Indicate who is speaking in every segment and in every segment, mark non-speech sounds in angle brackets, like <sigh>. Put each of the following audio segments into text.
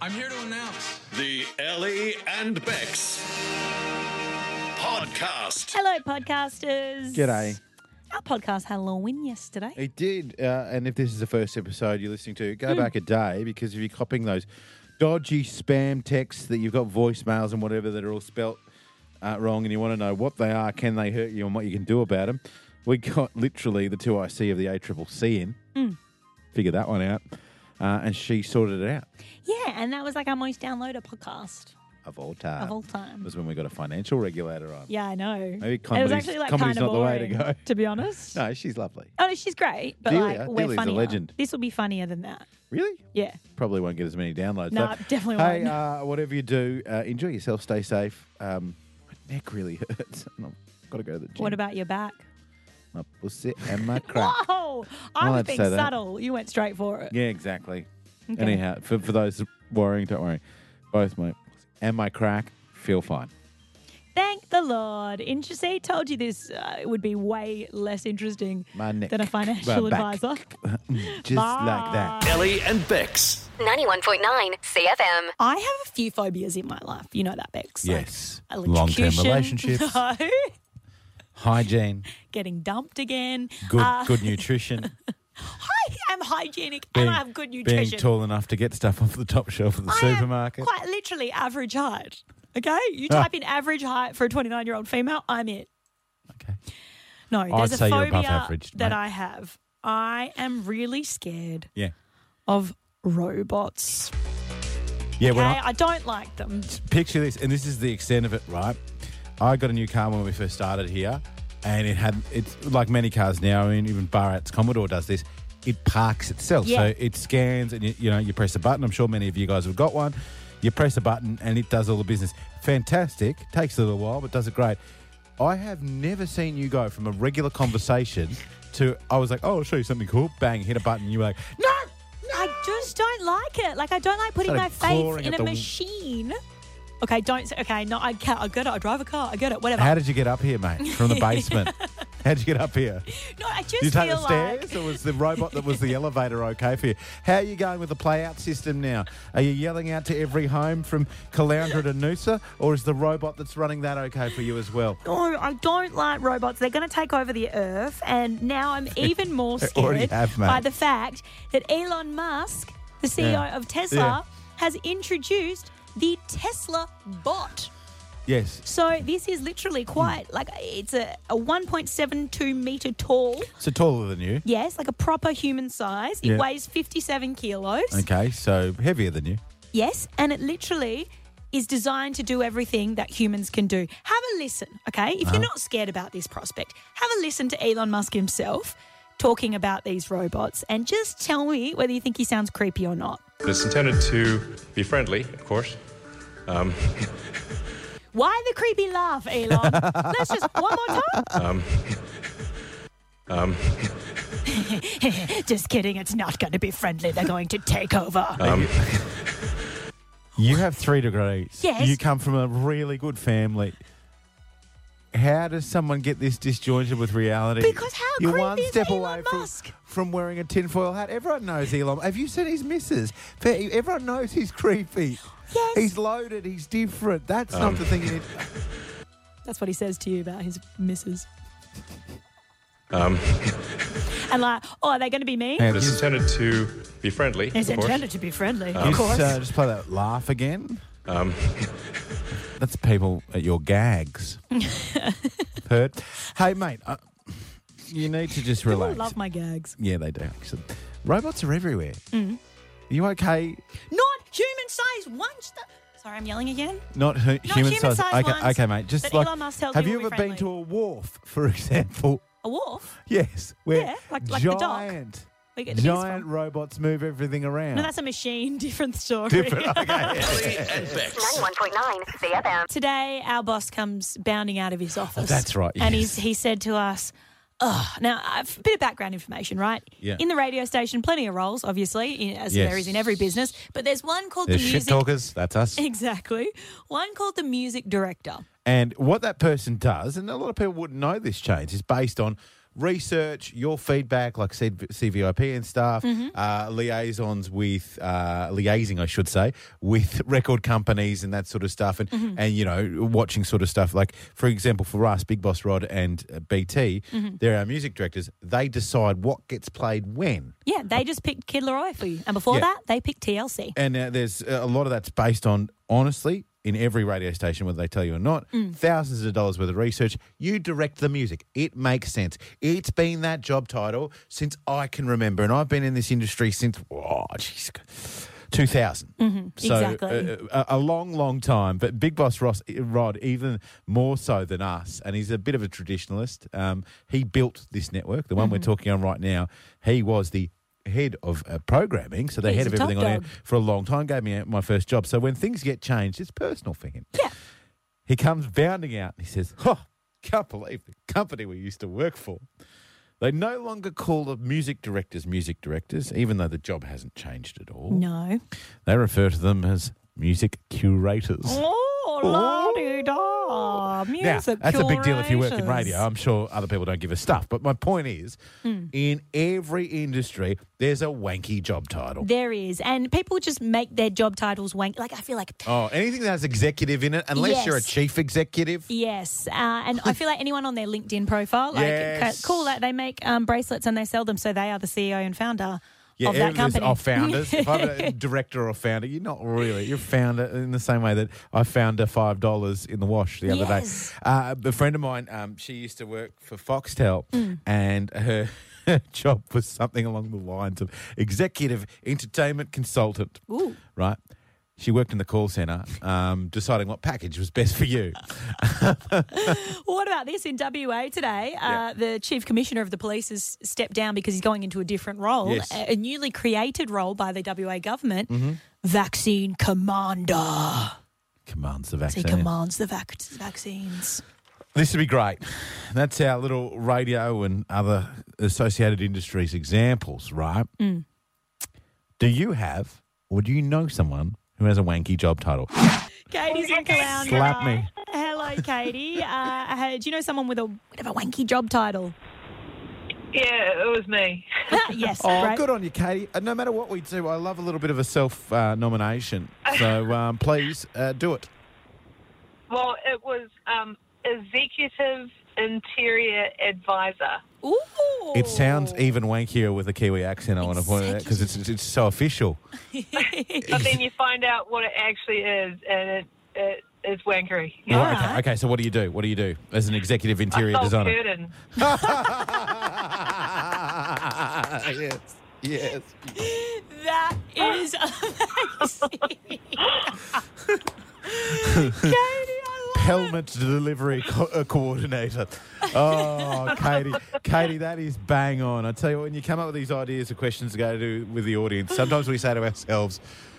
Speaker 1: I'm here to announce.
Speaker 2: The Ellie and Bex podcast.
Speaker 3: Hello, podcasters.
Speaker 4: G'day.
Speaker 3: Our podcast had a little win yesterday.
Speaker 4: It did. Uh, and if this is the first episode you're listening to, go back a day because if you're copying those dodgy spam texts that you've got voicemails and whatever that are all spelt uh, wrong and you want to know what they are, can they hurt you, and what you can do about them, we got <laughs> literally the 2IC of the ACCC in. Figure that one out. Uh, and she sorted it out
Speaker 3: Yeah, and that was like our most downloaded podcast
Speaker 4: of all time.
Speaker 3: of all time.
Speaker 4: was when we got a financial regulator on.
Speaker 3: yeah, I know.
Speaker 4: Maybe
Speaker 3: it
Speaker 4: comedy's-
Speaker 3: was actually like
Speaker 4: comedy's
Speaker 3: kind of
Speaker 4: not the way to
Speaker 3: boring,
Speaker 4: go.
Speaker 3: to be honest.
Speaker 4: <laughs> No, she's lovely.
Speaker 3: Oh, no, she's great, but
Speaker 4: Delia-
Speaker 3: like we're
Speaker 4: Delia's a
Speaker 3: funnier.
Speaker 4: legend.
Speaker 3: This will be funnier than that.
Speaker 4: Really?
Speaker 3: Yeah.
Speaker 4: Probably won't get as many downloads.
Speaker 3: No,
Speaker 4: though.
Speaker 3: definitely
Speaker 4: Hey,
Speaker 3: won't.
Speaker 4: uh, whatever you do, uh, enjoy yourself. Stay safe. Um, my neck really <laughs> hurts, and I've got to go to the gym.
Speaker 3: What about your back? <laughs>
Speaker 4: my pussy and my crack?
Speaker 3: Whoa! I
Speaker 4: I'll
Speaker 3: was
Speaker 4: have to
Speaker 3: being
Speaker 4: say that.
Speaker 3: subtle. You went straight for it.
Speaker 4: yeah, exactly.
Speaker 3: Okay.
Speaker 4: Anyhow, for, for those worrying, don't worry. Both my pussy and my crack feel fine.
Speaker 3: Thank the Lord. Interesting. Told you this uh, would be way less interesting
Speaker 4: My neck,
Speaker 3: than a financial
Speaker 4: my back.
Speaker 3: advisor. <laughs>
Speaker 4: Just like that.
Speaker 2: Ellie and Bex.
Speaker 5: 91.9 CFM.
Speaker 3: I have a few phobias in my life. You know that, Bex.
Speaker 6: Yes.
Speaker 3: Like
Speaker 6: Long term
Speaker 3: electrocution. Uh, <laughs>
Speaker 6: relationships,
Speaker 3: No.
Speaker 6: hygiene,
Speaker 3: Getting dumped again.
Speaker 6: good
Speaker 3: Uh, <laughs>
Speaker 6: good nutrition,
Speaker 3: I am hygienic
Speaker 6: being,
Speaker 3: and I have good nutrition.
Speaker 6: being tall enough to get stuff off the top shelf of the
Speaker 3: I am
Speaker 6: supermarket. Ah.
Speaker 3: quite literally average height. Okay? You type in average height for a 29 year old female, I'm it.
Speaker 6: Okay.
Speaker 3: No, there's a
Speaker 6: say you're
Speaker 3: phobia
Speaker 6: above average,
Speaker 3: that
Speaker 6: mate.
Speaker 3: I have. I am really scared
Speaker 6: Yeah.
Speaker 3: of robots.
Speaker 6: Yeah,
Speaker 3: Okay?
Speaker 6: when I,
Speaker 3: I don't like them.
Speaker 6: picture this, and this is the extent of it, right? I got a new car when we first started here, and it had it's like many cars now. I mean, even Barrett's Commodore does this. It parks itself,
Speaker 3: Yeah.
Speaker 6: so it scans, and you, you know you press a button. I'm sure many of you guys have got one. You press a button, and it does all the business. Fantastic. Takes a little while, but does it great. I have never seen you go from a regular conversation to I was like, oh, I'll show you something cool. Bang, hit a button. You were like, no,
Speaker 3: I just don't like it. Like I don't like putting
Speaker 6: Started
Speaker 3: my faith
Speaker 6: clawing
Speaker 3: in
Speaker 6: at
Speaker 3: a
Speaker 6: the-
Speaker 3: machine. Okay, don't. say- Okay, no, I get. I get it. I drive a car. I get it. Whatever.
Speaker 6: how did you get up here, mate? From the basement. How'd you get up here?
Speaker 3: no, I just
Speaker 6: Did you take
Speaker 3: feel
Speaker 6: the stairs,
Speaker 3: like.
Speaker 6: or was the robot that was the elevator okay for you? How are you going with the play-out system now? Are you yelling out to every home from Caloundra to Noosa, or is the robot that's running that okay for you as well?
Speaker 3: No, Oh, I don't like robots. They're going to take over the earth, and now
Speaker 6: <laughs>
Speaker 3: I'm even more
Speaker 6: They
Speaker 3: scared
Speaker 6: already have, mate.
Speaker 3: by the fact that Elon Musk, the CEO of Tesla,
Speaker 6: Yeah.
Speaker 3: has introduced the Tesla bot.
Speaker 6: Yes.
Speaker 3: So this is literally
Speaker 6: Hmm.
Speaker 3: quite like it's a, a 1.72 meter tall.
Speaker 6: So taller than you.
Speaker 3: Yes, like a proper human size. It
Speaker 6: Yeah.
Speaker 3: weighs 57 kilos.
Speaker 6: Okay, so heavier than you.
Speaker 3: Yes, and it literally is designed to do everything that humans can do. Have a listen, okay? If you're not scared about this prospect, have a listen to Elon Musk himself talking about these robots and just tell me whether you think he sounds creepy or not.
Speaker 7: It's intended to be friendly, of course.
Speaker 3: Why the creepy laugh, Elon? Let's just one more time. <laughs> just kidding, it's not going to be friendly. They're going to take over.
Speaker 6: You have three degrees.
Speaker 3: Yes.
Speaker 6: You come from a really good family. How does someone get this disjointed with reality?
Speaker 3: Because how
Speaker 6: You're
Speaker 3: creepy
Speaker 6: one
Speaker 3: is
Speaker 6: step
Speaker 3: Elon
Speaker 6: away from,
Speaker 3: Musk?
Speaker 6: from wearing a tinfoil hat. Everyone knows Elon. Have you seen his missus? Fe- Everyone knows he's creepy.
Speaker 3: Yes.
Speaker 6: He's loaded. He's different. That's not the thing you need.
Speaker 3: That's what he says to you about his
Speaker 6: <laughs>
Speaker 3: missus. Um. <laughs> and like, oh, are they going to be mean?
Speaker 6: Hang on,
Speaker 7: It's
Speaker 6: just,
Speaker 7: intended to be friendly,
Speaker 3: It's
Speaker 7: of course.
Speaker 3: intended to be friendly, of
Speaker 6: just,
Speaker 3: course.
Speaker 6: uh, just play that laugh again. That's people at
Speaker 3: <laughs>
Speaker 6: your gags. Heard? Hey, mate, uh, you need to just
Speaker 3: People
Speaker 6: relax.
Speaker 3: love my gags.
Speaker 6: Yeah, they do. Actually, robots are everywhere.
Speaker 3: Mm.
Speaker 6: Are you okay?
Speaker 3: Not human size ones. Th- Sorry, I'm yelling again.
Speaker 6: Not, hu- human,
Speaker 3: human-sized
Speaker 6: size. Okay,
Speaker 3: ones
Speaker 6: okay, mate. Just
Speaker 3: that
Speaker 6: like,
Speaker 3: Elon Musk tells
Speaker 6: have
Speaker 3: you
Speaker 6: you
Speaker 3: will
Speaker 6: ever
Speaker 3: be
Speaker 6: been
Speaker 3: friendly.
Speaker 6: to a wharf, for <laughs> example?
Speaker 3: A wharf?
Speaker 6: Yes, where
Speaker 3: Yeah, like- like the dock.
Speaker 6: giant,
Speaker 3: We get the news
Speaker 6: giant
Speaker 3: from.
Speaker 6: robots move everything around.
Speaker 3: No,
Speaker 6: <laughs>
Speaker 3: that's a machine. <laughs> Different story.
Speaker 6: different. Okay, yeah.
Speaker 2: Ellie and Bex.
Speaker 5: 91.9 CFM.
Speaker 3: <laughs> Today, our boss comes bounding out of his office.
Speaker 6: Oh, that's right,
Speaker 3: And
Speaker 6: yes.
Speaker 3: he's, he said to us, Oh, now I've- a bit of background information, right?
Speaker 6: Yeah.
Speaker 3: In the radio station, plenty of roles, obviously, in- as there
Speaker 6: Yes.
Speaker 3: is in every business. But there's one called
Speaker 6: There's
Speaker 3: the
Speaker 6: shit
Speaker 3: music.
Speaker 6: talkers. That's us.
Speaker 3: Exactly. One called the music director.
Speaker 6: And what that person does, and a lot of people wouldn't know this change, is based on research, your feedback, like said CVIP and stuff, uh, liaisons with uh, liaising, I should say, with <laughs> record companies and that sort of stuff, and and you know watching sort of stuff. Like for example, for us, Big Boss Rod and uh, BT, they're our music directors. They decide what gets played when.
Speaker 3: Yeah, they just picked Kid Leroy for you. And before
Speaker 6: Yeah.
Speaker 3: that, they picked TLC.
Speaker 6: And uh, there's uh, a lot of that's based on, honestly, in every radio station, whether they tell you or not, thousands of dollars worth of research. You direct the music. It makes sense. It's been that job title since I can remember. And I've been in this industry since, oh, jeez. 2000. so
Speaker 3: exactly.
Speaker 6: uh, a, a long, long time. But Big Boss Ross eh, Rod, even more so than us, and he's a bit of a traditionalist. Um, he built this network, the one we're talking on right now. He was the head of uh, programming, so the
Speaker 3: He's
Speaker 6: head of
Speaker 3: a top
Speaker 6: everything on air
Speaker 3: dog.
Speaker 6: for a long time. Gave me my first job. So when things get changed, it's personal for him.
Speaker 3: Yeah.
Speaker 6: He comes bounding out and he says, "Oh, can't believe the company we used to work for." They no longer call the music directors music directors, even though the job hasn't changed at all.
Speaker 3: No.
Speaker 6: They refer to them as music curators.
Speaker 3: Oh, la dee da.
Speaker 6: Now,
Speaker 3: Music
Speaker 6: that's a big deal if you work in
Speaker 3: curations.
Speaker 6: radio. I'm sure other people don't give a stuff. But my point is,
Speaker 3: Hmm.
Speaker 6: in every industry, there's a wanky job title.
Speaker 3: There is. And people just make their job titles wank. Like, I feel like
Speaker 6: Oh, anything that has executive in it, unless you're a
Speaker 3: Yes.
Speaker 6: chief executive.
Speaker 3: Yes, uh, and I feel like anyone on their LinkedIn profile, like
Speaker 6: Yes.
Speaker 3: c- cool, like they make um, bracelets and they sell them, so they are the CEO and founder
Speaker 6: Yeah,
Speaker 3: of that
Speaker 6: everything's-
Speaker 3: company.
Speaker 6: Oh,
Speaker 3: <laughs>
Speaker 6: founders. if I'm a director or founder, you're not really. You're a founder in the same way that I found a five dollars in the wash the other
Speaker 3: Yes.
Speaker 6: day. Uh, a friend of mine, um, she used to work for Foxtel,
Speaker 3: Mm.
Speaker 6: and her <laughs> job was something along the lines of executive entertainment consultant.
Speaker 3: Ooh.
Speaker 6: Right. She worked in the call center, um, deciding what package was best for you.
Speaker 3: Well, what about this in WA today? Uh, the chief commissioner of the police has stepped down because he's going into a different role,
Speaker 6: Yes. Mm-hmm.
Speaker 3: a, a newly created role by the WA government, vaccine commander.
Speaker 6: Commands
Speaker 3: So
Speaker 6: the
Speaker 3: he
Speaker 6: vaccine.
Speaker 3: commands the vac- vaccines.
Speaker 6: This would be great. That's our little radio and other associated industries examples, right? Do you have or do you know someone who has a wanky job title?
Speaker 3: Katie's in Clown.
Speaker 6: Slap me.
Speaker 3: Hello, Katie. <laughs> Uh, hey, do you know someone with a bit of a wanky job title? <laughs>
Speaker 1: Yeah, it was me.
Speaker 3: yes.
Speaker 6: <laughs> Oh,
Speaker 3: great.
Speaker 6: good on you, Katie. And no matter what we do, I love a little bit of a self uh, nomination. So um, please uh, do it.
Speaker 1: Well, it was um, executive interior advisor.
Speaker 3: Ooh.
Speaker 6: It sounds e- even wankier with a Kiwi accent, I want to point out, because it's, it's so official.
Speaker 1: But then you find out what it actually is, and it, it is wankery.
Speaker 3: All
Speaker 6: Right, okay,
Speaker 3: right.
Speaker 6: okay, so what do you do? What do you do as an executive interior
Speaker 1: Sold
Speaker 6: designer? <laughs>
Speaker 1: curtain.
Speaker 6: yes. Yes.
Speaker 3: <laughs> That is <laughs> amazing. <laughs> Katie, I love
Speaker 6: Helmet delivery co- uh, coordinator.
Speaker 3: <laughs>
Speaker 6: Oh, Katie. Katie, that is bang on. I tell you what, when you come up with these ideas or questions to go to with the audience, sometimes we say to ourselves,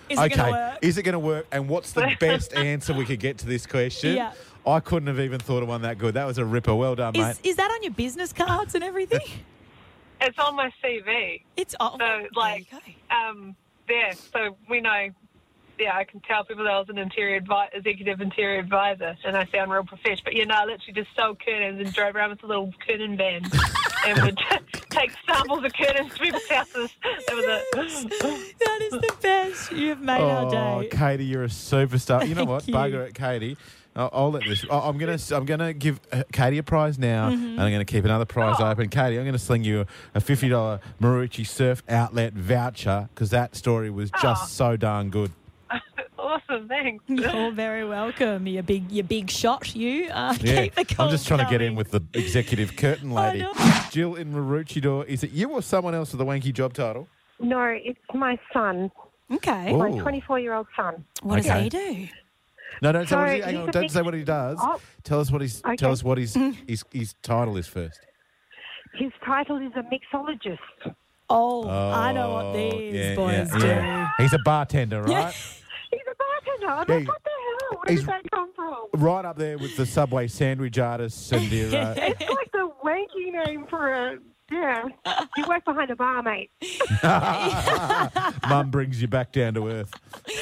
Speaker 3: Is it
Speaker 6: okay,
Speaker 3: gonna work?"
Speaker 6: is it going to work? And what's the best answer we could get to this question?
Speaker 3: Yeah.
Speaker 6: I couldn't have even thought of one that good. That was a ripper. Well done,
Speaker 3: it.
Speaker 6: mate.
Speaker 3: Is, is that on your business cards and everything?
Speaker 6: <laughs>
Speaker 1: It's on my CV.
Speaker 3: It's oh, on.
Speaker 1: So,
Speaker 3: <laughs>
Speaker 1: like, um, yeah, so we know. Yeah, I can tell people that I was an interior advi- executive interior advisor, and I sound real profesh. But you know, I literally just sold curtains and drove around with a little curtain van, and would <laughs> take samples of curtains to people's houses. That was it.
Speaker 3: that is the best you have made
Speaker 6: Oh,
Speaker 3: our day.
Speaker 6: Katie, you're a superstar. You know
Speaker 3: Thank
Speaker 6: what?
Speaker 3: you.
Speaker 6: Bugger it, Katie. I'll, I'll let this. I- I'm gonna. I'm gonna give uh, Katie a prize now,
Speaker 8: Mm-hmm.
Speaker 6: and I'm gonna keep another prize
Speaker 8: Oh.
Speaker 6: open. Katie, I'm gonna sling you a fifty dollar Marucci Surf Outlet voucher because that story was
Speaker 8: Ah.
Speaker 6: just so darn good.
Speaker 1: <laughs> Awesome, thanks.
Speaker 3: You're very welcome. You big, you big shot. You uh, keep the
Speaker 6: I'm just trying to get in
Speaker 3: cold
Speaker 6: with the executive
Speaker 8: Oh,
Speaker 6: curtain
Speaker 3: I
Speaker 6: lady,
Speaker 3: know.
Speaker 6: Jill in Marucci Door. Is it you or someone else with a wanky job title?
Speaker 8: <laughs> No, it's my son,
Speaker 3: going. Okay.
Speaker 6: Oh.
Speaker 8: my 24 year old son.
Speaker 3: What does
Speaker 6: okay.
Speaker 3: he do?
Speaker 6: No, don't say what
Speaker 8: Sorry,
Speaker 6: he, hang
Speaker 8: he's
Speaker 6: on,
Speaker 8: a
Speaker 6: don't
Speaker 8: big-
Speaker 6: say what he does.
Speaker 8: Oh.
Speaker 6: Tell us what his tell
Speaker 8: Okay.
Speaker 6: us what his, his his title is first.
Speaker 8: His title is a mixologist.
Speaker 3: Oh, I know what these
Speaker 6: yeah,
Speaker 3: boys
Speaker 6: yeah,
Speaker 3: do.
Speaker 6: yeah. He's a bartender, right?
Speaker 8: He's a bartender. I'm like,
Speaker 6: Yeah,
Speaker 8: what the hell? Where
Speaker 6: he's-
Speaker 8: did that come from?
Speaker 6: Right up there with the Subway sandwich artists and
Speaker 3: <laughs>
Speaker 6: your, <laughs> uh,
Speaker 8: It's like the wanky name for a. Yeah.
Speaker 9: <laughs>
Speaker 8: You work behind a bar, mate.
Speaker 6: <laughs> mum brings you back down to earth.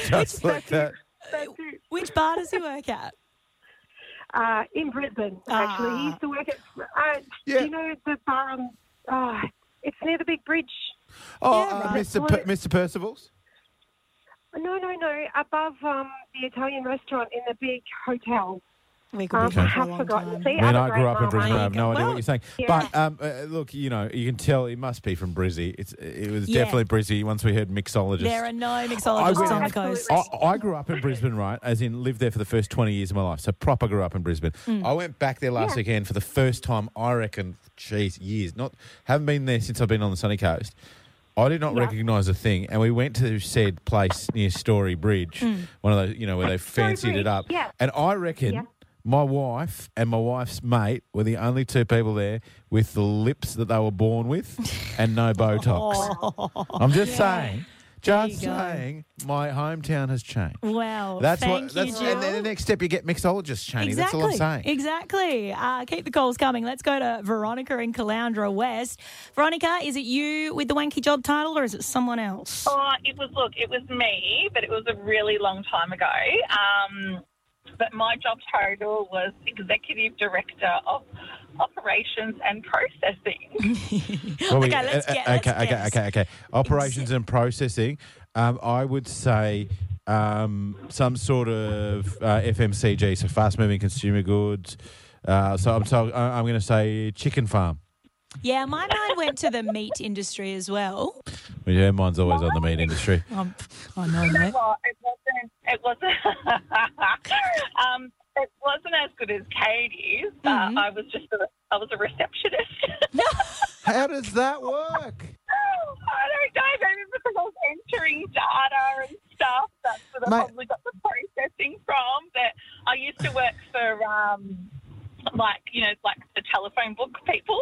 Speaker 6: Just like that.
Speaker 8: That's it.
Speaker 3: Which bar does he work at?
Speaker 8: uh, in Brisbane, actually.
Speaker 3: Ah.
Speaker 8: He used to work at, uh,
Speaker 6: Yeah.
Speaker 8: you know, the bar on, oh, it's near the big bridge.
Speaker 6: Oh,
Speaker 3: Yeah,
Speaker 6: uh,
Speaker 3: right.
Speaker 6: Mr.
Speaker 8: Well,
Speaker 6: Per
Speaker 8: it-
Speaker 6: Mr. Percival's.
Speaker 8: No, no, no, above um, the Italian restaurant in the big hotel.
Speaker 3: We could
Speaker 8: Um,
Speaker 3: be
Speaker 8: I
Speaker 3: friends for a
Speaker 8: have
Speaker 3: long
Speaker 8: forgotten.
Speaker 3: time.
Speaker 8: See,
Speaker 6: Man,
Speaker 8: I'm a
Speaker 6: I
Speaker 8: great
Speaker 6: grew up in
Speaker 8: mum,
Speaker 6: Brisbane. I
Speaker 8: aren't
Speaker 6: have no idea what you're saying.
Speaker 8: Yeah.
Speaker 6: But um, uh, look, you know, you can tell he must be from Brizzy. It's it was
Speaker 3: Yeah.
Speaker 6: definitely Brizzy once we heard mixologist.
Speaker 3: There are no mixologists
Speaker 6: went-
Speaker 3: on the coast.
Speaker 6: I, I grew up in Brisbane, right? As in, lived there for the first 20 years of my life. So, proper grew up in Brisbane.
Speaker 8: Mm.
Speaker 6: I went back there last weekend for the first time, I reckon, geez, years. Not Haven't been there since I've been on the sunny coast. I did not recognise a thing. And we went to said place near Story Bridge, one of those, you know, where they fancied
Speaker 8: Mm. Bridge,
Speaker 6: it up.
Speaker 8: yeah.
Speaker 6: And I reckon.
Speaker 8: Yeah.
Speaker 6: My wife and my wife's mate were the only two people there with the lips that they were born with and no Botox.
Speaker 8: <laughs>
Speaker 6: I'm just saying, just
Speaker 3: you go.
Speaker 6: saying, my hometown has changed.
Speaker 3: Wow.
Speaker 6: Oh, That's
Speaker 3: thank
Speaker 6: what. That's,
Speaker 3: you,
Speaker 6: and then the
Speaker 3: Jill.
Speaker 6: next step, you get mixologists, Cheney.
Speaker 3: Exactly.
Speaker 6: That's all I'm saying.
Speaker 3: Exactly. Uh, keep the calls coming. Let's go to Veronica in Caloundra West. Veronica, is it you with the wanky job title or is it someone else? <laughs>
Speaker 9: Oh, it was, look, it was me, but it was a really long time ago. Um, but my job title was Executive Director of Operations and Processing.
Speaker 6: Well,
Speaker 3: <laughs>
Speaker 6: we-
Speaker 3: Okay, let's
Speaker 6: uh,
Speaker 3: get-
Speaker 6: uh,
Speaker 3: let's
Speaker 6: okay,
Speaker 3: guess.
Speaker 6: okay, okay, okay. Operations and processing. Um, I would say um, some sort of uh, FMCG, so fast moving consumer goods. Uh, so I'm so I- I'm going to say chicken farm.
Speaker 3: Yeah, my mind went to the meat industry as well.
Speaker 6: Yeah, mine's always on the meat industry.
Speaker 3: Um, I know, mate.
Speaker 9: <laughs> Well, it wasn't, it wasn't, <laughs> um, it wasn't as good as Katie's. But
Speaker 6: Mm-hmm.
Speaker 9: I was just, a, I was a receptionist. <laughs>
Speaker 6: How does that work?
Speaker 9: I don't know, maybe because I was entering data and stuff. That's where I
Speaker 6: Mate.
Speaker 9: probably got the processing from. But I used to work for, um, like, you know, like the telephone book people.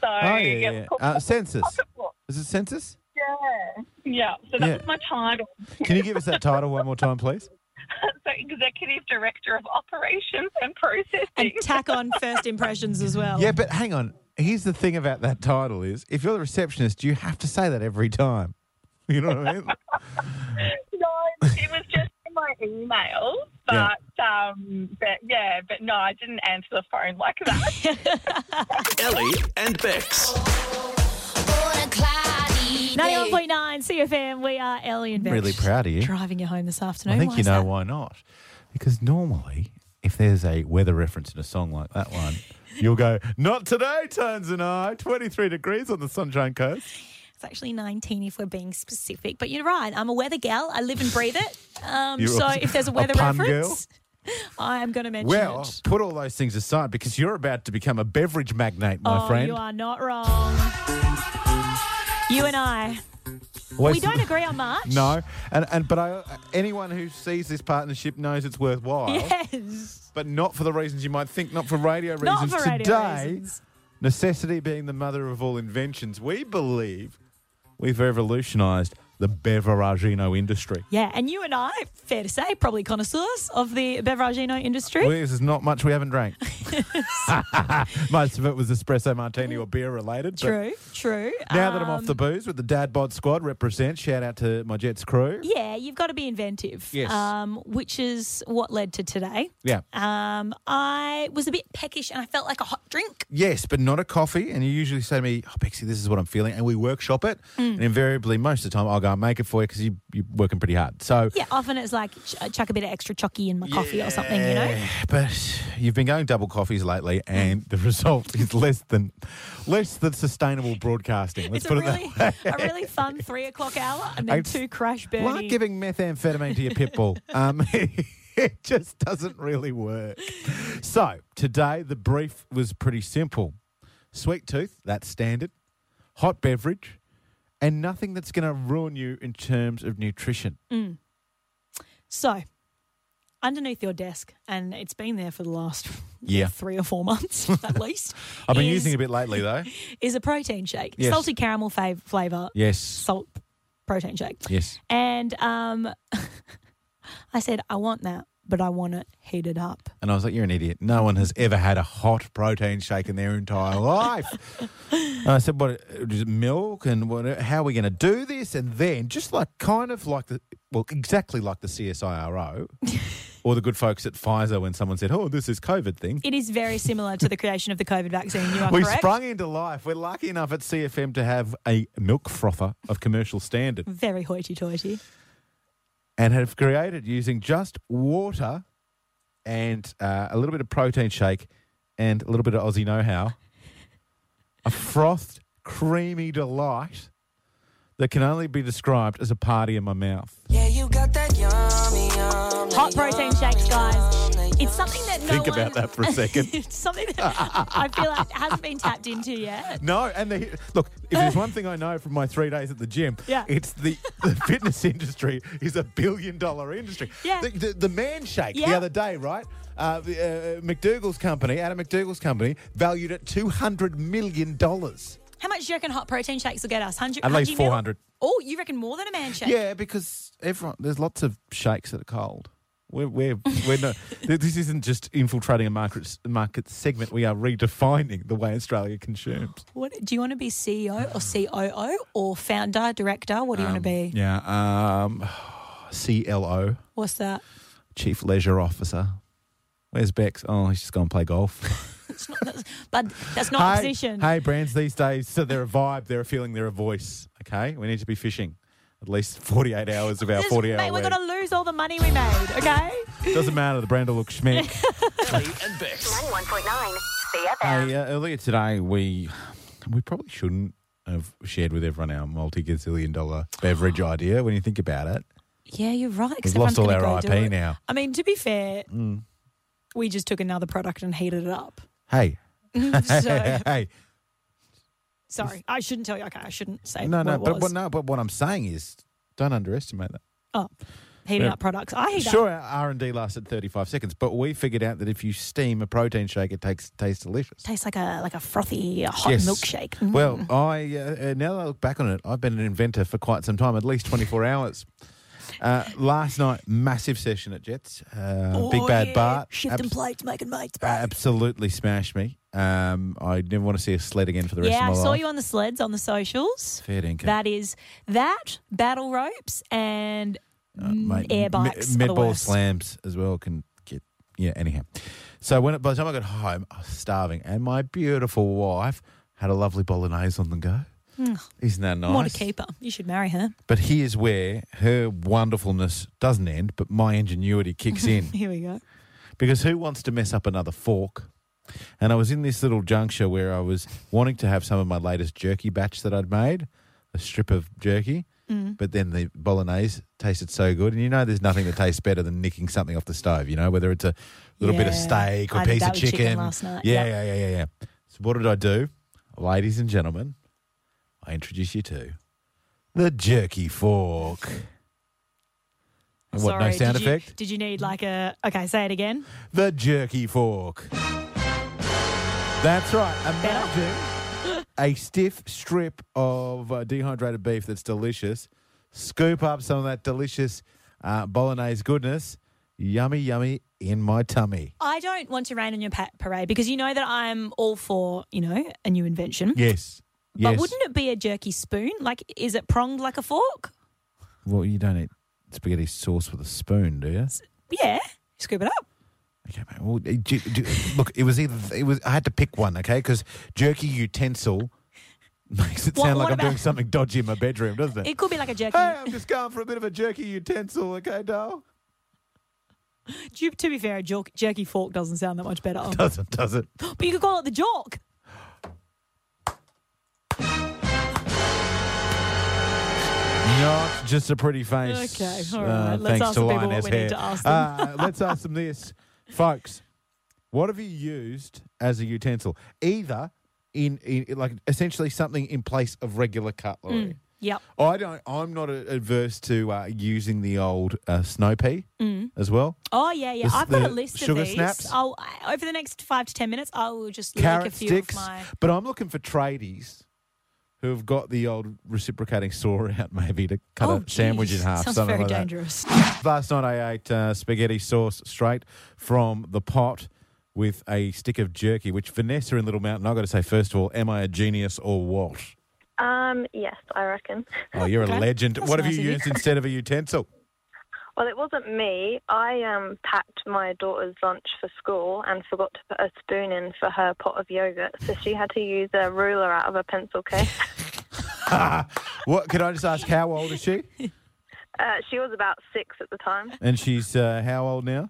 Speaker 9: So,
Speaker 6: Oh yeah, yeah.
Speaker 9: it was called
Speaker 6: Uh, census.
Speaker 9: pocket book.
Speaker 6: Is it census?
Speaker 9: Yeah. Yeah. So that
Speaker 6: Yeah.
Speaker 9: was my title.
Speaker 6: Can you give us that title one more time, please?
Speaker 9: So, Executive Director of Operations and Processing.
Speaker 3: And tack on first impressions as well.
Speaker 6: Yeah, but hang on. Here's the thing about that title is if you're the receptionist, you have to say that every time. <laughs> You know
Speaker 3: <laughs>
Speaker 6: what I mean?
Speaker 9: No, it was just in my email.
Speaker 10: <laughs>
Speaker 6: Yeah.
Speaker 9: But, um, but yeah, but no, I didn't answer the phone like that.
Speaker 2: Ellie and Bex.
Speaker 3: 91.9 CFM, we are Ellie and Bex.
Speaker 6: Really proud of you.
Speaker 3: Driving you home this afternoon.
Speaker 6: I think
Speaker 3: Why
Speaker 6: you
Speaker 3: is
Speaker 6: know
Speaker 3: that?
Speaker 6: why not. Because normally, if there's a weather reference in a song like that <laughs> one, you'll go, Not today, Tones and I. 23 degrees on the Sunshine Coast.
Speaker 3: It's actually 19 if we're being specific. But you're right. I'm a weather gal. I live and breathe it. Um,
Speaker 6: You're
Speaker 3: so
Speaker 6: also
Speaker 3: if there's a
Speaker 6: a
Speaker 3: weather
Speaker 6: pun
Speaker 3: reference, <laughs> I am going to mention
Speaker 6: Well,
Speaker 3: it.
Speaker 6: put all those things aside because you're about to become a beverage magnate, my
Speaker 3: oh,
Speaker 6: friend.
Speaker 3: you are not wrong. You and I, we
Speaker 6: Always-
Speaker 3: don't agree on much.
Speaker 6: <laughs> No, and, and but I, anyone who sees this partnership knows it's
Speaker 3: <laughs>
Speaker 6: worthwhile.
Speaker 3: <laughs> Yes.
Speaker 6: but not for the reasons you might think, not for radio
Speaker 3: Not
Speaker 6: reasons.
Speaker 3: for radio
Speaker 6: Today,
Speaker 3: reasons.
Speaker 6: necessity being the mother of all inventions, we believe we've revolutionised the beveragino industry.
Speaker 3: Yeah, and you and I, fair to say, probably connoisseurs of the Beveragino industry.
Speaker 6: Well, This is not much we
Speaker 3: <laughs>
Speaker 6: haven't drank. <laughs> Most of it was espresso martini or beer related. but
Speaker 3: true, true.
Speaker 6: Now that I'm off
Speaker 3: Um,
Speaker 6: the booze with the Dad Bod Squad, represent. Shout out to my Jets crew.
Speaker 3: Yeah, you've got to be inventive.
Speaker 6: Yes.
Speaker 3: Um, which is what led to today.
Speaker 6: Yeah.
Speaker 3: Um, I was a bit peckish and I felt like a hot drink.
Speaker 6: Yes, but not a coffee. And you usually say to me, oh, Bexy, this is what I'm feeling. And we workshop it.
Speaker 3: Mm.
Speaker 6: And invariably, most of the time, I'll go and make it for you because you, you're working pretty hard. So,
Speaker 3: Yeah, often it's like ch- uh, chuck a bit of extra chocky in my coffee or something, you know?
Speaker 6: Yeah, <sighs> But you've been going double coffees lately, and the result is less than less than sustainable broadcasting. Let's
Speaker 3: It's a
Speaker 6: put it
Speaker 3: really,
Speaker 6: that way.
Speaker 3: a really fun
Speaker 6: <laughs>
Speaker 3: three o'clock hour and then
Speaker 6: It's
Speaker 3: two crash burning.
Speaker 6: like giving methamphetamine to your pit
Speaker 3: <laughs>
Speaker 6: bull. Um, <laughs> it just doesn't really work. So today the brief was pretty simple: sweet tooth, that's standard, hot beverage, and nothing that's going to ruin you in terms of nutrition.
Speaker 3: Mm. So, underneath your desk, and it's been there for the last
Speaker 6: Yeah.
Speaker 3: three or four
Speaker 6: <laughs>
Speaker 3: months at least.
Speaker 6: I've been
Speaker 3: is,
Speaker 6: using it a bit
Speaker 3: <laughs>
Speaker 6: lately though.
Speaker 3: is a protein shake,
Speaker 6: Yes.
Speaker 3: salted caramel fav- flavor,
Speaker 6: Yes.
Speaker 3: salt protein shake.
Speaker 6: Yes.
Speaker 3: And um, <laughs> I said, I want that, but I want it heated up.
Speaker 6: And I was like, You're an idiot. No one has ever had a hot protein shake in their entire <laughs> life. and I said, What is it milk and what, how are we going to do this? And then, just like kind of like the, well, exactly like the CSIRO, or the good folks at Pfizer when someone said, "Oh, this is COVID thing."
Speaker 3: It is very similar to the creation of the COVID vaccine. You are
Speaker 6: We
Speaker 3: correct.
Speaker 6: sprung into life. We're lucky enough at CFM to have a milk frother of commercial standard
Speaker 3: very hoity-toity.
Speaker 6: and have created using just water and uh, a little bit of protein shake and a little bit of Aussie know how a frothed, creamy delight that can only be described as a party in my mouth.
Speaker 3: Hot protein shakes, guys. It's something that no
Speaker 6: Think
Speaker 3: one-
Speaker 6: about that for a second.
Speaker 3: <laughs> it's something that I feel like hasn't been tapped into yet.
Speaker 6: No, and the look. If there's one thing I know from my three days at the gym,
Speaker 3: Yeah.
Speaker 6: it's the the fitness industry is a billion dollar industry.
Speaker 3: Yeah.
Speaker 6: The, the, the man shake the
Speaker 3: Yeah.
Speaker 6: other day, right? Uh, the, uh, McDougal's company, Adam McDougal's company, valued at two hundred million dollars.
Speaker 3: How much do you reckon hot protein shakes will get us? uh, 100,
Speaker 6: At least
Speaker 3: 100 mil?
Speaker 6: 400.
Speaker 3: Oh, you reckon more than a man shake?
Speaker 6: <laughs> Yeah, because everyone there's lots of shakes that are cold. We're we're
Speaker 3: <laughs>
Speaker 6: we're not. This isn't just infiltrating a market market segment. We are redefining the way
Speaker 3: <gasps>
Speaker 6: Australia consumes.
Speaker 3: What, do you want to be CEO or COO or founder, director? What do you want to be?
Speaker 6: Um, Yeah. Um, <sighs> CLO.
Speaker 3: What's that?
Speaker 6: Chief Leisure Officer. Where's Bex? Oh, he's just gone
Speaker 3: <laughs>
Speaker 6: play golf.
Speaker 3: It's not, that's, but that's not a
Speaker 6: hey,
Speaker 3: position.
Speaker 6: hey, brands these days, so they're a vibe, they're a feeling, they're a voice. Okay, we need to be fishing at least 48 hours of our
Speaker 3: This-
Speaker 6: 40
Speaker 3: mate,
Speaker 6: hour
Speaker 3: we're
Speaker 6: week.
Speaker 3: going to lose all the money we made, okay?
Speaker 6: Doesn't matter, the brand will look
Speaker 3: <laughs>
Speaker 6: schmick.
Speaker 2: Ellie and Bex.
Speaker 5: 91.9 CFM.
Speaker 6: hey, uh, earlier today, we we probably shouldn't have shared with everyone our multi gazillion dollar
Speaker 3: <gasps>
Speaker 6: beverage idea when you think about it.
Speaker 3: Yeah, you're right. 'cause
Speaker 6: We've
Speaker 3: everyone's
Speaker 6: lost all
Speaker 3: gonna
Speaker 6: our
Speaker 3: go
Speaker 6: IP
Speaker 3: do it.
Speaker 6: now. Mm.
Speaker 3: I mean, to be fair, we just took another product and heated it
Speaker 6: <laughs>
Speaker 3: up.
Speaker 6: Hey,
Speaker 3: so,
Speaker 6: <laughs> hey,
Speaker 3: sorry, I shouldn't tell you. Okay, I shouldn't say
Speaker 6: no,
Speaker 3: what
Speaker 6: no,
Speaker 3: it
Speaker 6: but,
Speaker 3: was.
Speaker 6: what- no, but what I'm saying is don't underestimate that.
Speaker 3: Oh, heating
Speaker 6: Yeah.
Speaker 3: up products. I heat
Speaker 6: Sure,
Speaker 3: up.
Speaker 6: our R&D lasted 35 seconds, but we figured out that if you steam a protein shake, it takes tastes delicious.
Speaker 3: Tastes like a like a frothy uh, hot
Speaker 6: Yes.
Speaker 3: milkshake.
Speaker 6: Well, I uh, uh, now that I look back on it, I've been an inventor for quite some time, at least 24 hours. Uh, last night, massive session at Jets. Uh,
Speaker 3: Mm.
Speaker 6: Big Bad
Speaker 3: Oh,
Speaker 6: Bart.
Speaker 3: Shifting
Speaker 6: abs-
Speaker 3: plates, making mates. bro.
Speaker 6: Absolutely smashed me. Um, I never want to see a sled again for the rest
Speaker 3: yeah, I
Speaker 6: of my
Speaker 3: saw
Speaker 6: life.
Speaker 3: you on the sleds on the socials.
Speaker 6: Fair dinkum.
Speaker 3: That is that battle ropes and
Speaker 6: Mate,
Speaker 3: air bikes.
Speaker 6: med
Speaker 3: are the
Speaker 6: ball
Speaker 3: worst.
Speaker 6: slams as well can get yeah. Anyhow, so when it, by the time I got home, I was starving, and my beautiful wife had a lovely bolognese on the go.
Speaker 3: Hmm.
Speaker 6: Isn't that nice?
Speaker 3: What a keeper! You should marry her. <laughs>
Speaker 6: But here's where her wonderfulness doesn't end, but my
Speaker 3: <laughs>
Speaker 6: ingenuity kicks in
Speaker 3: Here we go.
Speaker 6: because who wants to mess up another fork? And I was in this little juncture where I was wanting to have some of my latest jerky batch that I'd made, a strip of jerky,
Speaker 3: Mm.
Speaker 6: but then the bolognese tasted so good. And you know, there's nothing that tastes better than nicking something off the stove, you know, whether it's a little bit of
Speaker 3: Yeah.
Speaker 6: steak or
Speaker 3: I did
Speaker 6: piece
Speaker 3: that
Speaker 6: of
Speaker 3: with chicken
Speaker 6: chicken.
Speaker 3: last night,
Speaker 6: Yeah,
Speaker 3: yeah.
Speaker 6: yeah, yeah, yeah, yeah. So, what did I do? Ladies and gentlemen, I introduce you to the jerky fork. And what,
Speaker 3: Sorry,
Speaker 6: no sound
Speaker 3: did you-
Speaker 6: effect?
Speaker 3: did you need like a? Okay, say it again.
Speaker 6: the jerky fork. That's right. Imagine a stiff strip of uh, dehydrated beef that's delicious. Scoop up some of that delicious uh, bolognese goodness. Yummy, yummy in my tummy.
Speaker 3: I don't want to rain on your pa- parade because you know that I'm all for you know a new invention.
Speaker 6: Yes.
Speaker 3: But
Speaker 6: Yes.
Speaker 3: wouldn't it be a jerky spoon? Like, is it pronged like a fork?
Speaker 6: Well, you don't eat spaghetti sauce with a spoon, do you?
Speaker 3: Yeah, scoop it up.
Speaker 6: Okay, mate. Well, do, do, look, it was either it was. I had to pick one, okay? Because jerky utensil <laughs> makes it
Speaker 3: What-
Speaker 6: sound
Speaker 3: what
Speaker 6: like
Speaker 3: <laughs>
Speaker 6: I'm doing
Speaker 3: about-
Speaker 6: something dodgy in my bedroom, doesn't it?
Speaker 3: It could be like a jerky.
Speaker 6: Hey, I'm just going for a bit of a jerky utensil, okay, doll?
Speaker 3: Ju- to be fair, a jork- jerky fork doesn't sound that much
Speaker 6: <laughs>
Speaker 3: better.
Speaker 6: Doesn't, <gasps> doesn't.
Speaker 3: But you could call it the jork.
Speaker 6: Not just a pretty face. Uh,
Speaker 3: Okay, all right. Let's
Speaker 6: thanks
Speaker 3: ask
Speaker 6: to
Speaker 3: the people what
Speaker 6: Lioness
Speaker 3: we need
Speaker 6: Hair.
Speaker 3: to ask them.
Speaker 6: Uh, let's ask them <laughs> this. Folks, what have you used as a utensil? Either in, in like essentially something in place of regular cutlery.
Speaker 3: Yep.
Speaker 6: I don't. I'm not a- adverse to uh, using the old uh, snow pea as well.
Speaker 3: Oh yeah, yeah.
Speaker 6: This-
Speaker 3: I've got a
Speaker 6: the
Speaker 3: list of
Speaker 6: sugar
Speaker 3: these.
Speaker 6: snaps?
Speaker 3: I'll I- over the next five to ten minutes, I will just link a
Speaker 6: carrot
Speaker 3: few
Speaker 6: sticks.
Speaker 3: of my.
Speaker 6: But I'm looking for tradies who have got the old reciprocating saw out, maybe to cut
Speaker 3: oh,
Speaker 6: a sandwich in
Speaker 3: geez.
Speaker 6: half.
Speaker 3: Sounds
Speaker 6: something
Speaker 3: very
Speaker 6: like that.
Speaker 3: dangerous.
Speaker 6: Last night I ate uh, spaghetti sauce straight from the pot with a stick of jerky. Which Vanessa in Little Mountain, I got to say, first of all, am I a genius or what?
Speaker 10: <laughs> Um, yes, I reckon.
Speaker 6: Oh, you're
Speaker 3: Okay.
Speaker 6: a legend.
Speaker 3: That's
Speaker 6: what have
Speaker 3: nice
Speaker 6: you
Speaker 3: of you.
Speaker 6: used instead of a utensil?
Speaker 10: Well, it wasn't me. I um, packed my daughter's lunch for school and forgot to put a spoon in for her pot of yogurt, so she had to use a ruler out of a pencil case.
Speaker 6: <laughs>
Speaker 10: <laughs>
Speaker 6: What? Can I just ask how old is she?
Speaker 10: uh, she was about six at the time,
Speaker 6: And she's uh, how old now?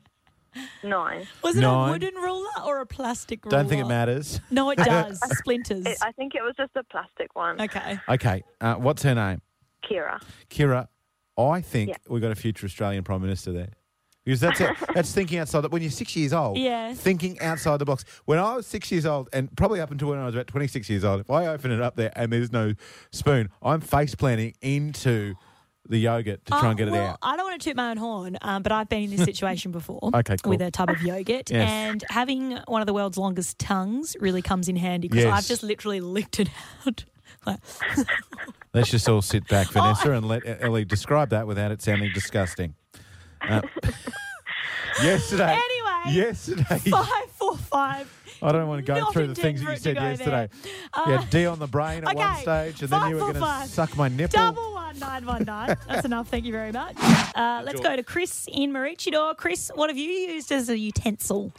Speaker 9: <laughs>
Speaker 10: nine.
Speaker 3: Was it
Speaker 6: Nine.
Speaker 3: a wooden ruler or a plastic ruler?
Speaker 6: Don't think it matters. <laughs>
Speaker 3: No, it does. Splinters.
Speaker 10: It, I think it was just a plastic one.
Speaker 3: okay.
Speaker 6: Okay. Uh, what's her name?
Speaker 10: Kira.
Speaker 6: Kira, I think
Speaker 10: Yeah.
Speaker 6: we've got a future Australian Prime Minister there. Because
Speaker 3: <laughs>
Speaker 6: that's it. That's thinking outside. The, when you're six years old,
Speaker 3: Yeah.
Speaker 6: thinking outside the box. When I was six years old, and probably up until when I was about 26 years old, if I open it up there and there's no spoon, I'm face planting into the yogurt to try and
Speaker 3: Uh,
Speaker 6: get it
Speaker 3: well,
Speaker 6: out.
Speaker 3: I don't want to toot my own horn, um, but I've been
Speaker 6: <laughs>
Speaker 3: in this situation before
Speaker 6: Okay, cool.
Speaker 3: with a tub of yogurt,
Speaker 6: Yes.
Speaker 3: and having one of the world's longest tongues really comes in handy because
Speaker 6: Yes.
Speaker 3: I've just literally licked it out. <laughs>
Speaker 6: <laughs>
Speaker 3: Like,
Speaker 6: Let's just all
Speaker 3: <laughs>
Speaker 6: sit back,
Speaker 3: Oh.
Speaker 6: Vanessa, and let E- Ellie describe that without it sounding
Speaker 3: <laughs>
Speaker 6: disgusting. Uh, <laughs> yesterday.
Speaker 3: Anyway,
Speaker 6: Yesterday.
Speaker 3: five, four, five.
Speaker 6: I don't want to go
Speaker 3: Not
Speaker 6: through the things that you
Speaker 3: intemperate to
Speaker 6: said
Speaker 3: go there.
Speaker 6: yesterday.
Speaker 3: Uh,
Speaker 6: yeah, D on the brain at one
Speaker 3: okay,
Speaker 6: stage, and then
Speaker 3: five
Speaker 6: you were
Speaker 3: for
Speaker 6: going to
Speaker 3: five.
Speaker 6: suck my nipple.
Speaker 3: Double one nine one
Speaker 6: <laughs>
Speaker 3: nine. That's enough. Thank you very much. Uh, let's go to Chris in Maroochydore. Chris, what have you used as a utensil?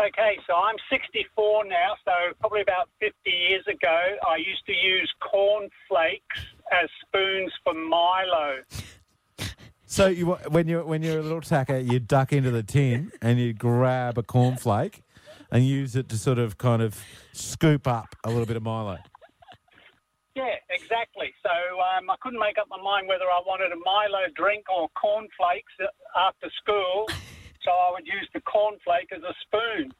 Speaker 11: Okay, so I'm 64 now, so probably about 50 years ago, I used to use corn flakes as spoons for Milo.
Speaker 6: So you, wa- when you when you're a little tacker, you duck into
Speaker 3: <laughs>
Speaker 6: the tin and you grab a cornflake and use it to sort of kind of scoop up a little bit of Milo.
Speaker 11: Yeah, exactly. So um, I couldn't make up my mind whether I wanted a Milo drink or cornflakes after school,
Speaker 3: <laughs>
Speaker 11: so I would use the cornflake as a spoon.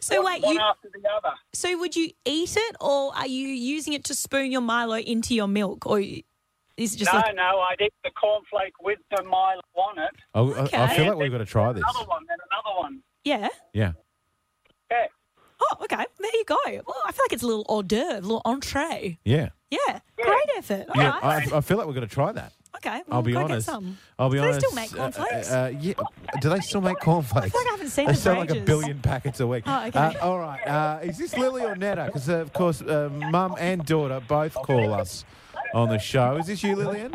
Speaker 3: So
Speaker 11: one,
Speaker 3: wait,
Speaker 11: one
Speaker 3: you
Speaker 11: after the other.
Speaker 3: so would you eat it, or are you using it to spoon your Milo into your milk, or is it just
Speaker 11: no,
Speaker 3: like
Speaker 11: no, I'd eat the cornflake with the Milo on it.
Speaker 6: I, I- I feel
Speaker 3: Okay.
Speaker 6: like we've got to try this.
Speaker 11: Another one, then another one.
Speaker 3: yeah?
Speaker 6: Yeah.
Speaker 11: Yeah.
Speaker 3: Oh, okay. There you go. Well, I feel like it's a little hors d'oeuvre, little entree.
Speaker 6: Yeah.
Speaker 3: Yeah. Great effort. All right.
Speaker 6: Yeah. I, I feel like we're going to try that.
Speaker 3: okay. Well,
Speaker 6: I'll be
Speaker 3: go get
Speaker 6: honest.
Speaker 3: some.
Speaker 6: I'll be
Speaker 3: Do they
Speaker 6: honest.
Speaker 3: still make cornflakes?
Speaker 6: Uh, uh, yeah. Do they still make cornflakes?
Speaker 3: I haven't seen
Speaker 6: They
Speaker 3: them for
Speaker 6: sell like a
Speaker 3: ages.
Speaker 6: billion packets a week.
Speaker 3: Oh, okay.
Speaker 6: Uh, all right. Uh, is this Lily or Netta? Because, uh, of course, uh, mum and daughter both call us on the show. Is this you, Lillian?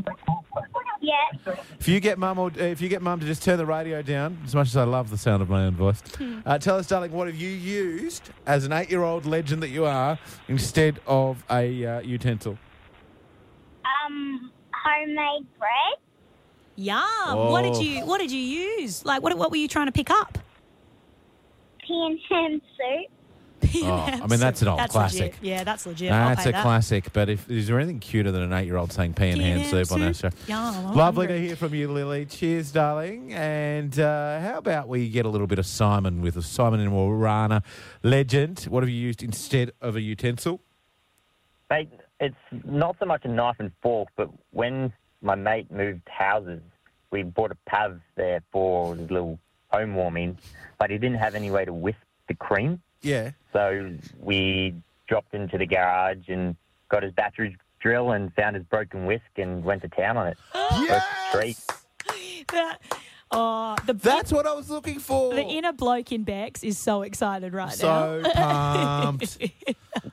Speaker 5: Yeah.
Speaker 6: If you get mum or uh, if you get mum to just turn the radio down, as much as I love the sound of my own voice,
Speaker 3: Hmm.
Speaker 6: uh, tell us, darling, what have you used as an eight-year-old legend that you are instead of a uh, utensil?
Speaker 5: Um, homemade bread.
Speaker 3: Yum. What did
Speaker 6: Oh.
Speaker 3: you What did you use? Like, what What were you trying to pick up? <laughs>
Speaker 5: P and ham soup.
Speaker 6: Oh, I mean, that's an old classic.
Speaker 3: legit. Yeah, that's legit. I'll
Speaker 6: That's
Speaker 3: pay
Speaker 6: a
Speaker 3: that.
Speaker 6: classic, but if is there anything cuter than an eight-year-old saying pea and
Speaker 3: Pea
Speaker 6: hand
Speaker 3: and ham
Speaker 6: soup on our show?
Speaker 3: soup. Yum, I'm
Speaker 6: Lovely
Speaker 3: <laughs>
Speaker 6: to
Speaker 3: hungry.
Speaker 6: hear from you, Lily. Cheers, darling. And uh, how about we get a little bit of Simon with us? Simon and Warana legend. What have you used instead of a utensil?
Speaker 12: Mate, it's not so much a knife and fork, but when my mate moved houses, we bought a pav there for his little home warming, but he didn't have any way to whisk the cream,
Speaker 6: <gasps> Yeah.
Speaker 12: so we dropped into the garage and got his battery drill and found his broken whisk and went to town on it.
Speaker 6: Yes!
Speaker 12: Great.
Speaker 3: That- oh, the
Speaker 6: That's what I was looking for.
Speaker 3: the inner bloke in Bex is so excited right
Speaker 6: so
Speaker 3: <laughs> now. <laughs>
Speaker 6: pumped.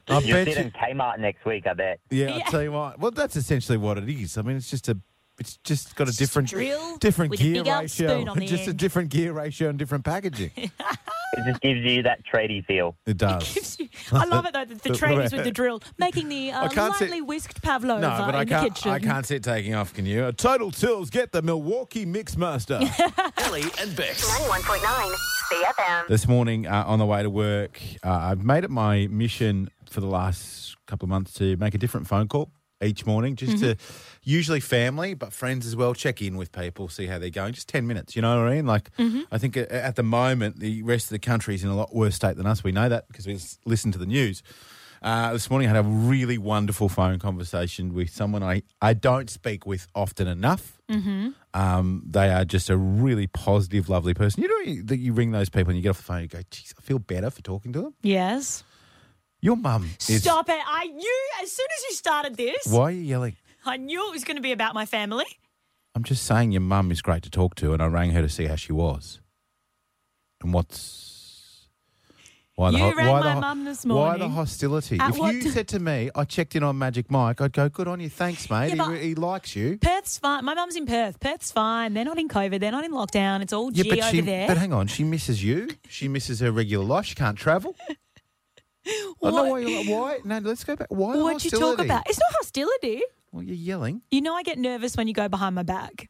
Speaker 6: I
Speaker 12: You'll
Speaker 6: bet
Speaker 12: see it in
Speaker 6: you.
Speaker 12: Kmart next week, I bet.
Speaker 6: Yeah,
Speaker 3: Yeah.
Speaker 6: I'll tell you what. Well, that's essentially what it is. I mean, it's just a. It's just got a
Speaker 3: It's just a
Speaker 6: different
Speaker 3: drill
Speaker 6: different
Speaker 3: with a
Speaker 6: gear
Speaker 3: big old
Speaker 6: ratio.
Speaker 3: spoon on the
Speaker 6: <laughs> just a
Speaker 3: end.
Speaker 6: different gear ratio and different packaging.
Speaker 12: It just gives you that tradie feel.
Speaker 3: <laughs>
Speaker 6: It does.
Speaker 3: Gives
Speaker 6: <laughs>
Speaker 3: you- I love it though. The, the
Speaker 6: The-
Speaker 3: tradies with the
Speaker 6: <laughs>
Speaker 3: drill, making the uh,
Speaker 6: I can't see-
Speaker 3: lightly whisked pavlova
Speaker 6: No, but
Speaker 3: in
Speaker 6: I
Speaker 3: the
Speaker 6: can't.
Speaker 3: kitchen.
Speaker 6: I can't see it taking off. Can you? Total Tools get the Milwaukee Mixmaster.
Speaker 3: <laughs>
Speaker 2: Ellie and Bex.
Speaker 5: 91.9 CFM.
Speaker 6: this morning uh, on the way to work, uh, I've made it my mission for the last couple of months to make a different phone call each morning, just to usually family, but friends as well. Check in with people, see how they're going. Just ten minutes. You know what I mean? Like, I think a- at the moment the rest of the country's in a lot worse state than us. We know that because we s- listen to the news. Uh, this morning I had a really wonderful phone conversation with someone I, I don't speak with often enough. Um, they are just a really positive, lovely person. You know that you ring those people and you get off the phone and you go, geez, I feel better for talking to them.
Speaker 3: Yes.
Speaker 6: Your mum is.
Speaker 3: Stop it! I knew as soon as you started this,
Speaker 6: Why are you yelling?
Speaker 3: I knew it was going to be about my family.
Speaker 6: I'm just saying your mum is great to talk to and I rang her to see how she was. And what's. Why
Speaker 3: You
Speaker 6: ho-
Speaker 3: rang
Speaker 6: why
Speaker 3: my
Speaker 6: ho-
Speaker 3: mum this
Speaker 6: Why the
Speaker 3: morning.
Speaker 6: hostility?
Speaker 3: At
Speaker 6: if
Speaker 3: what
Speaker 6: you
Speaker 3: t-
Speaker 6: said to me, I checked in on Magic Mike, I'd go, good on you. Thanks, mate.
Speaker 3: Yeah,
Speaker 6: He
Speaker 3: but-
Speaker 6: he, he likes you.
Speaker 3: Perth's fine. My mum's in Perth. Perth's fine. They're not in COVID. They're not in lockdown. It's all G
Speaker 6: but,
Speaker 3: over
Speaker 6: she,
Speaker 3: there.
Speaker 6: but hang on, she misses you. She misses her regular life. She can't travel. I don't know why. You're like, why? No, let's go back. Why? the
Speaker 3: What'd you talk
Speaker 6: hostility?
Speaker 3: about? It's not hostility.
Speaker 6: Well, you're yelling.
Speaker 3: You know, I get nervous when you go behind my back.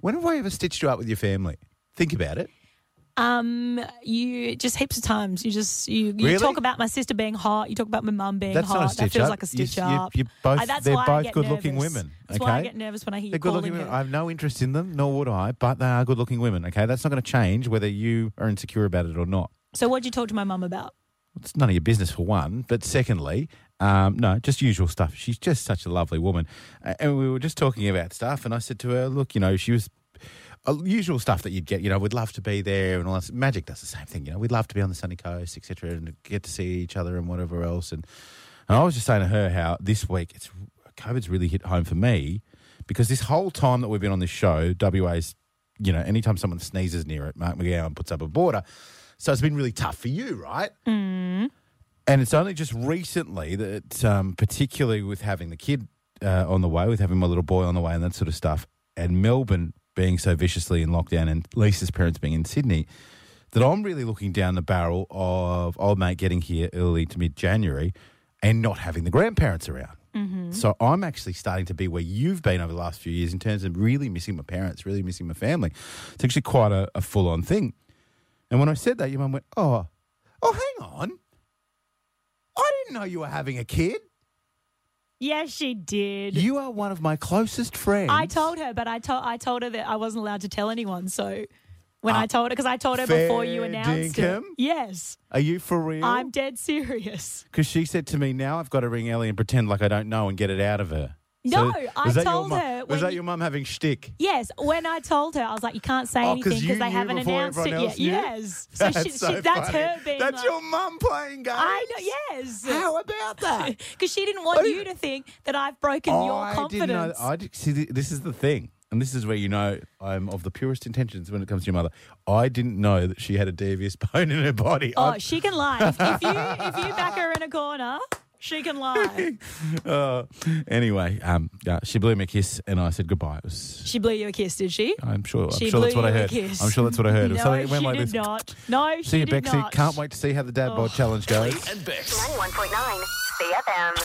Speaker 6: When have I ever stitched you up with your family? Think about it.
Speaker 3: Um, you just heaps of times you just you, you
Speaker 6: Really?
Speaker 3: talk about my sister being hot. You talk about my mum being
Speaker 6: That's
Speaker 3: hot.
Speaker 6: not a stitch
Speaker 3: that feels
Speaker 6: up.
Speaker 3: like a
Speaker 6: You s-
Speaker 3: stitch
Speaker 6: you-
Speaker 3: up.
Speaker 6: you both-
Speaker 3: Uh, that's
Speaker 6: they're
Speaker 3: why I
Speaker 6: both
Speaker 3: get
Speaker 6: good-looking
Speaker 3: nervous.
Speaker 6: women,
Speaker 3: That's why I
Speaker 6: okay?
Speaker 3: get nervous when I hear
Speaker 6: They're
Speaker 3: you
Speaker 6: good
Speaker 3: calling
Speaker 6: looking women.
Speaker 3: her.
Speaker 6: I have no interest in them, nor would I, but they are good looking women, okay? That's not going to change whether you are insecure about it or not.
Speaker 3: So what'd you talk to my mum about?
Speaker 6: It's none of your business, for one. But secondly, um, no, just usual stuff. She's just such a lovely woman. Uh, and we were just talking about stuff, and I said to her, look, you know, she was. Uh, usual stuff that you'd get, you know, we'd love to be there and all that. Magic does the same thing, you know, we'd love to be on the sunny coast, etc., and get to see each other and whatever else. And and I was just saying to her how this week it's COVID's really hit home for me because this whole time that we've been on this show, WA's, you know, anytime someone sneezes near it, Mark McGowan puts up a border. So it's been really tough for you, right?
Speaker 3: Mm.
Speaker 6: And it's only just recently that, um, particularly with having the kid uh, on the way, with having my little boy on the way and that sort of stuff, and Melbourne being so viciously in lockdown and Lisa's parents being in Sydney, that I'm really looking down the barrel of old mate getting here early to mid January and not having the grandparents around.
Speaker 13: Mm-hmm.
Speaker 6: So I'm actually starting to be where you've been over the last few years in terms of really missing my parents, really missing my family. It's actually quite a, a full on thing. And when I said that, your mum went, Oh, oh, hang on. I didn't know you were having a kid.
Speaker 3: Yes, she did.
Speaker 6: You are one of my closest friends.
Speaker 3: I told her, but I told I told her that I wasn't allowed to tell anyone. So when I told her, because I told her before you
Speaker 6: Ah, fair
Speaker 3: announced
Speaker 6: dinkum.
Speaker 3: it, yes,
Speaker 6: Are you for real?
Speaker 3: I'm dead serious.
Speaker 6: Because she said to me, Now I've got to ring Ellie and pretend like I don't know and get it out of her.
Speaker 3: No,
Speaker 6: was
Speaker 3: I
Speaker 6: that your
Speaker 3: told
Speaker 6: mum-
Speaker 3: her
Speaker 6: Was
Speaker 3: when
Speaker 6: that
Speaker 3: you-
Speaker 6: your mum having shtick?
Speaker 3: Yes, when I told her, I was like, "You can't say
Speaker 6: Oh, 'cause
Speaker 3: anything because
Speaker 6: you
Speaker 3: they
Speaker 6: knew
Speaker 3: haven't
Speaker 6: before
Speaker 3: announced it
Speaker 6: everyone
Speaker 3: yet."
Speaker 6: else knew?
Speaker 3: Yes, so, she,
Speaker 6: <laughs> That's so
Speaker 3: she, that's
Speaker 6: funny.
Speaker 3: her being.
Speaker 6: That's
Speaker 3: like-
Speaker 6: your mum playing games.
Speaker 3: I know. Yes. <laughs>
Speaker 6: How about that?
Speaker 3: Because she didn't want you to think that I've broken your confidence.
Speaker 6: Didn't know, I did, see, th- this is the thing, and this is where you know I'm of the purest intentions when it comes to your mother. I didn't know that she had a devious <laughs> bone in her body.
Speaker 3: oh,
Speaker 6: I-
Speaker 3: she can lie. If, if you if you back her in a corner, she can lie.
Speaker 6: Uh, anyway, um, yeah, she blew me a kiss, and I said goodbye. It was,
Speaker 3: <laughs> she blew you a kiss, did she?
Speaker 6: I'm sure. I'm
Speaker 3: She
Speaker 6: sure that's
Speaker 3: blew
Speaker 6: what I
Speaker 3: you a
Speaker 6: heard.
Speaker 3: kiss.
Speaker 6: I'm sure that's what
Speaker 3: <laughs>
Speaker 6: I heard. It
Speaker 3: No,
Speaker 6: was something that
Speaker 3: she
Speaker 6: went like
Speaker 3: did
Speaker 6: this.
Speaker 3: not. No, she
Speaker 6: See you,
Speaker 3: did
Speaker 6: Bexy.
Speaker 3: not. Oh. <laughs>
Speaker 6: Can't wait to see how the dad bod challenge goes.
Speaker 2: and Bix.
Speaker 5: 91.9 CFM.